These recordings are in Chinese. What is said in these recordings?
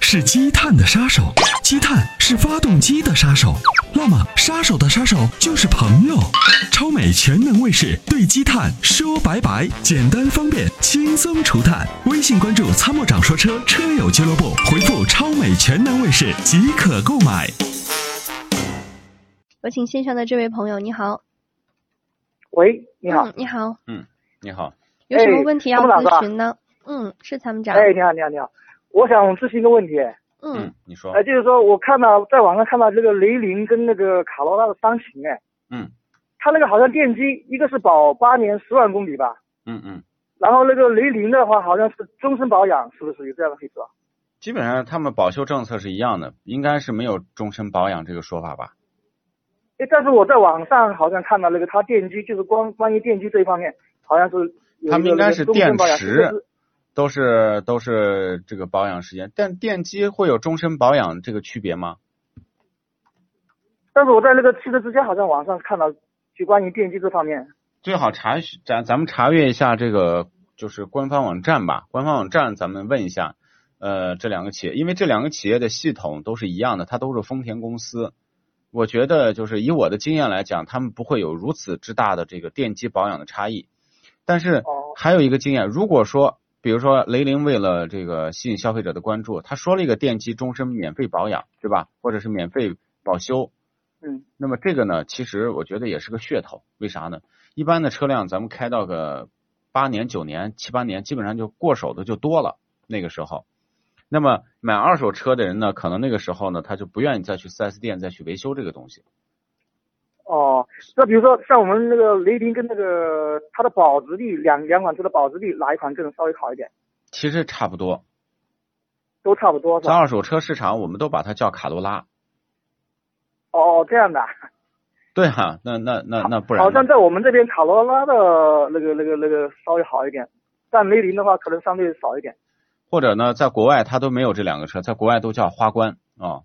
是积碳的杀手，积碳是发动机的杀手。那么，杀手的杀手就是朋友。超美全能卫士对积碳说拜拜，简单方便，轻松除碳。微信关注“参谋长说车”车友俱乐部，回复“超美全能卫士”即可购买。有请线上的这位朋友，你好。喂，你好。哎嗯，你好。你好，有什么问题要参谋长是吧咨询呢？嗯，是参谋长。哎，你好，你好，你好。我想咨询一个问题，嗯嗯，你说，呃，就是说我看到在网上看到这个雷凌跟那个卡罗拉的双擎，哎，嗯它那个好像电机一个是保八年十万公里吧，嗯嗯，然后那个雷凌的话好像是终身保养，是不是有这样的配置啊？基本上他们保修政策是一样的，应该是没有终身保养这个说法吧？哎，但是我在网上好像看到那个它电机就是光关于电机这一方面，好像是有一个他们应该是那个终身保养电池是不是都是都是这个保养时间，但电机会有终身保养这个区别吗？但是我在那个汽车之家好像网上看到就关于电机这方面，最好查询咱咱们查阅一下这个就是官方网站吧，官方网站咱们问一下，呃，这两个企业，因为这两个企业的系统都是一样的，它都是丰田公司。我觉得就是以我的经验来讲，他们不会有如此之大的这个电机保养的差异。但是哦还有一个经验，如果说比如说雷凌为了这个吸引消费者的关注，他说了一个电机终身免费保养，是吧？或者是免费保修，嗯，那么这个呢，其实我觉得也是个噱头，为啥呢？一般的车辆咱们开到个八年、九年、七八年，基本上就过手的就多了，那个时候。那么买二手车的人呢，可能那个时候呢，他就不愿意再去 4S 店再去维修这个东西。哦，那比如说像我们那个雷凌跟那个它的保值率，两两款车的保值率哪一款更稍微好一点？其实差不多，都差不多是在吧？二手车市场，我们都把它叫卡罗拉。哦，这样的啊，对啊，那那那那不然呢好像在我们这边卡罗拉的那个那个那个稍微好一点，但雷凌的话可能相对少一点。或者呢，在国外它都没有这两个车，在国外都叫花冠啊、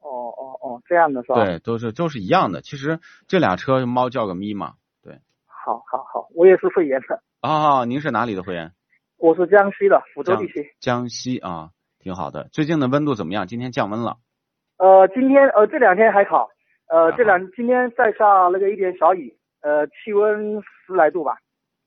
哦哦哦，这样的是吧？，对，都是都是一样的。其实这俩车猫叫个咪嘛。好好好，我也是会员的，啊、您是哪里的会员？我是江西的抚州江地区。江西啊，挺好的。最近的温度怎么样？今天降温了。呃，今天呃这两天还好，呃还这两今天再下那个一点小雨，呃气温十来度吧，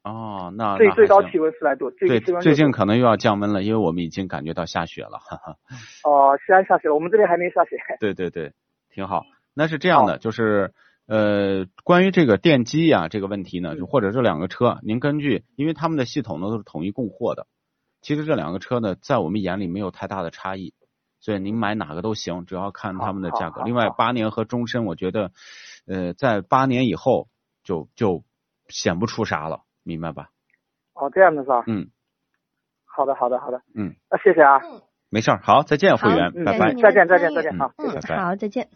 哦，那最那最还高行气温十来度，最对，低气温最近6度可能又要降温了，因为我们已经感觉到下雪了。哈哈，哦西安下雪了，我们这边还没下雪。对对对，挺好。那是这样的，就是呃，关于这个电机呀、这个问题嗯呢，就或者这两个车，您根据，因为他们的系统呢都是统一供货的，其实这两个车呢，在我们眼里没有太大的差异，所以您买哪个都行，只要看他们的价好好格。好另外，八年和终身，我觉得，呃，在八年以后就就显不出啥了，明白吧？哦这样的是吧？嗯，好的好的好的，嗯，那谢谢啊，没事儿，好，再见，会好员，嗯感拜谢拜你。的再见再参见与再见，好，谢谢嗯，好，再见。